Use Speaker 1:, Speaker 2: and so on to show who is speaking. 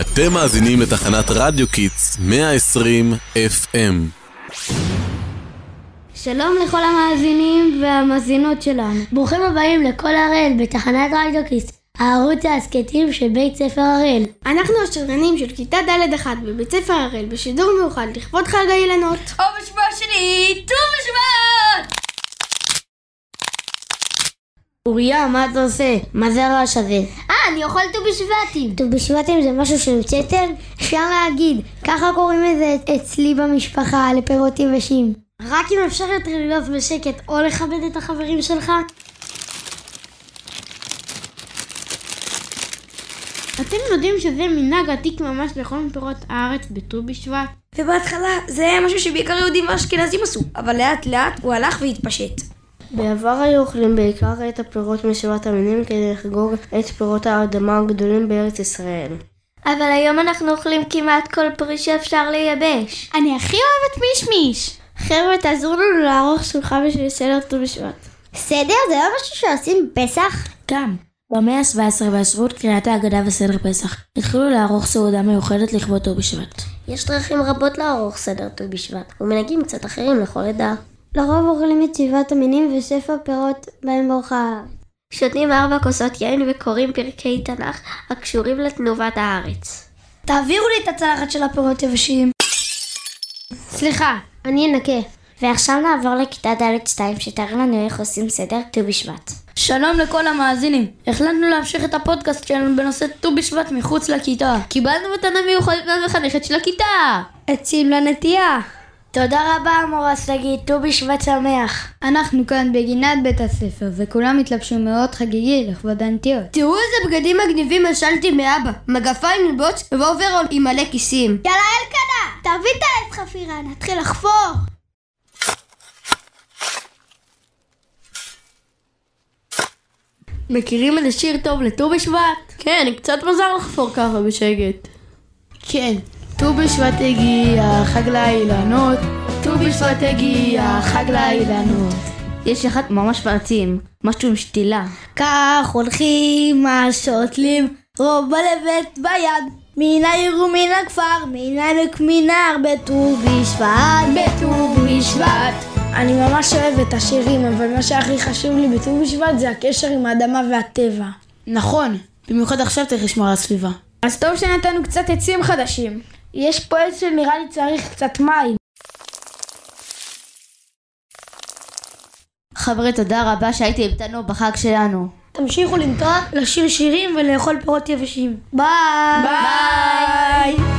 Speaker 1: אתם מאזינים לתחנת רדיו קיטס 120 FM.
Speaker 2: שלום לכל המאזינים והמאזינות שלנו.
Speaker 3: ברוכים הבאים לכל הראל בתחנת רדיוקיס, הערוץ ההסכתים של בית ספר הראל.
Speaker 4: אנחנו השדרנים של כיתה ד'1 בבית ספר הראל בשידור מיוחד לכבוד חג האילנות.
Speaker 5: או בשבוע שני, ט"ו בשבט!
Speaker 3: אוריה, מה אתה עושה? מה זה הרעש הזה?
Speaker 2: אה, אני אוכל ט"ו בשבטים.
Speaker 3: ט"ו בשבטים זה משהו שהמצאתם?
Speaker 2: אפשר להגיד, ככה קוראים לזה אצלי במשפחה, לפירות יבשים.
Speaker 3: רק אם אפשר יותר להיות בשקט או לכבד את החברים שלך?
Speaker 4: אתם יודעים שזה מנהג עתיק ממש לכל מפירות הארץ בט"ו בשבט?
Speaker 6: ובהתחלה זה היה משהו שבעיקר יהודים ואשכנזים עשו, אבל לאט לאט הוא הלך והתפשט.
Speaker 7: בעבר היו אוכלים בעיקר את הפירות משבעת המינים כדי לחגוג את פירות האדמה הגדולים בארץ ישראל.
Speaker 2: אבל היום אנחנו אוכלים כמעט כל פרי שאפשר לייבש.
Speaker 4: אני הכי אוהבת מישמיש!
Speaker 2: חבר'ה, תעזרו לנו לערוך שולחן בשביל סדר ט"ו בשבט. סדר? זה לא משהו שעושים בפסח?
Speaker 8: גם. במאה ה-17 באשרות קריאת ההגדה וסדר פסח התחילו לערוך סעודה מיוחדת לכבוד ט"ו בשבט.
Speaker 7: יש דרכים רבות לערוך סדר ט"ו בשבט, ומנהגים קצת אחרים לכל עדה.
Speaker 2: לרוב אוכלים את שבעת המינים ושפע פירות בהם ברכה הארץ.
Speaker 7: שותים ארבע כוסות יין וקוראים פרקי תנ"ך הקשורים לתנובת הארץ.
Speaker 3: תעבירו לי את הצלחת של הפירות יבשים.
Speaker 4: סליחה,
Speaker 2: אני אנקה.
Speaker 3: ועכשיו נעבור לכיתה ד'2 שתראה לנו איך עושים סדר ט"ו בשבט.
Speaker 6: שלום לכל המאזינים, החלטנו להמשיך את הפודקאסט שלנו בנושא ט"ו בשבט מחוץ לכיתה.
Speaker 5: קיבלנו מתנה מיוחדת מהמחנכת של הכיתה!
Speaker 4: עצים לנטייה!
Speaker 3: תודה רבה, המורה שגיא, ט"ו בשבט שמח.
Speaker 4: אנחנו כאן בגינת בית הספר, וכולם התלבשו מאוד חגיגי לכבוד הנטיעות.
Speaker 6: תראו איזה בגדים מגניבים השלתי מאבא, מגפיים נלבוץ ואוברול עם מלא כיסים.
Speaker 2: יאללה, אלקנה! תביא את העץ חפירה, נתחיל לחפור!
Speaker 6: מכירים איזה שיר טוב לט"ו בשבט?
Speaker 4: כן, קצת מוזר לחפור ככה בשקט.
Speaker 6: כן. ט"ו בשבט הגיע, חג לאילנות. ט"ו בשבט הגיע, חג לאילנות.
Speaker 4: יש אחד ממש פרצים, משהו עם שתילה.
Speaker 3: כך הולכים השותלים, רוב בלבת ביד. מן העיר ומן הכפר, מן העמק מן ההר, בט"ו בשבט, בט"ו בשבט.
Speaker 6: אני ממש אוהב את השירים, אבל מה שהכי חשוב לי בט"ו בשבט זה הקשר עם האדמה והטבע. נכון, במיוחד עכשיו צריך לשמור על הסביבה.
Speaker 4: אז טוב שנתנו קצת עצים חדשים.
Speaker 6: יש פה עץ שנראה לי צריך קצת מים.
Speaker 5: חבר'ה, תודה רבה שהייתם איתנו בחג שלנו.
Speaker 6: תמשיכו לנטוע, לשיר שירים ולאכול פירות יבשים. ביי!
Speaker 5: ביי!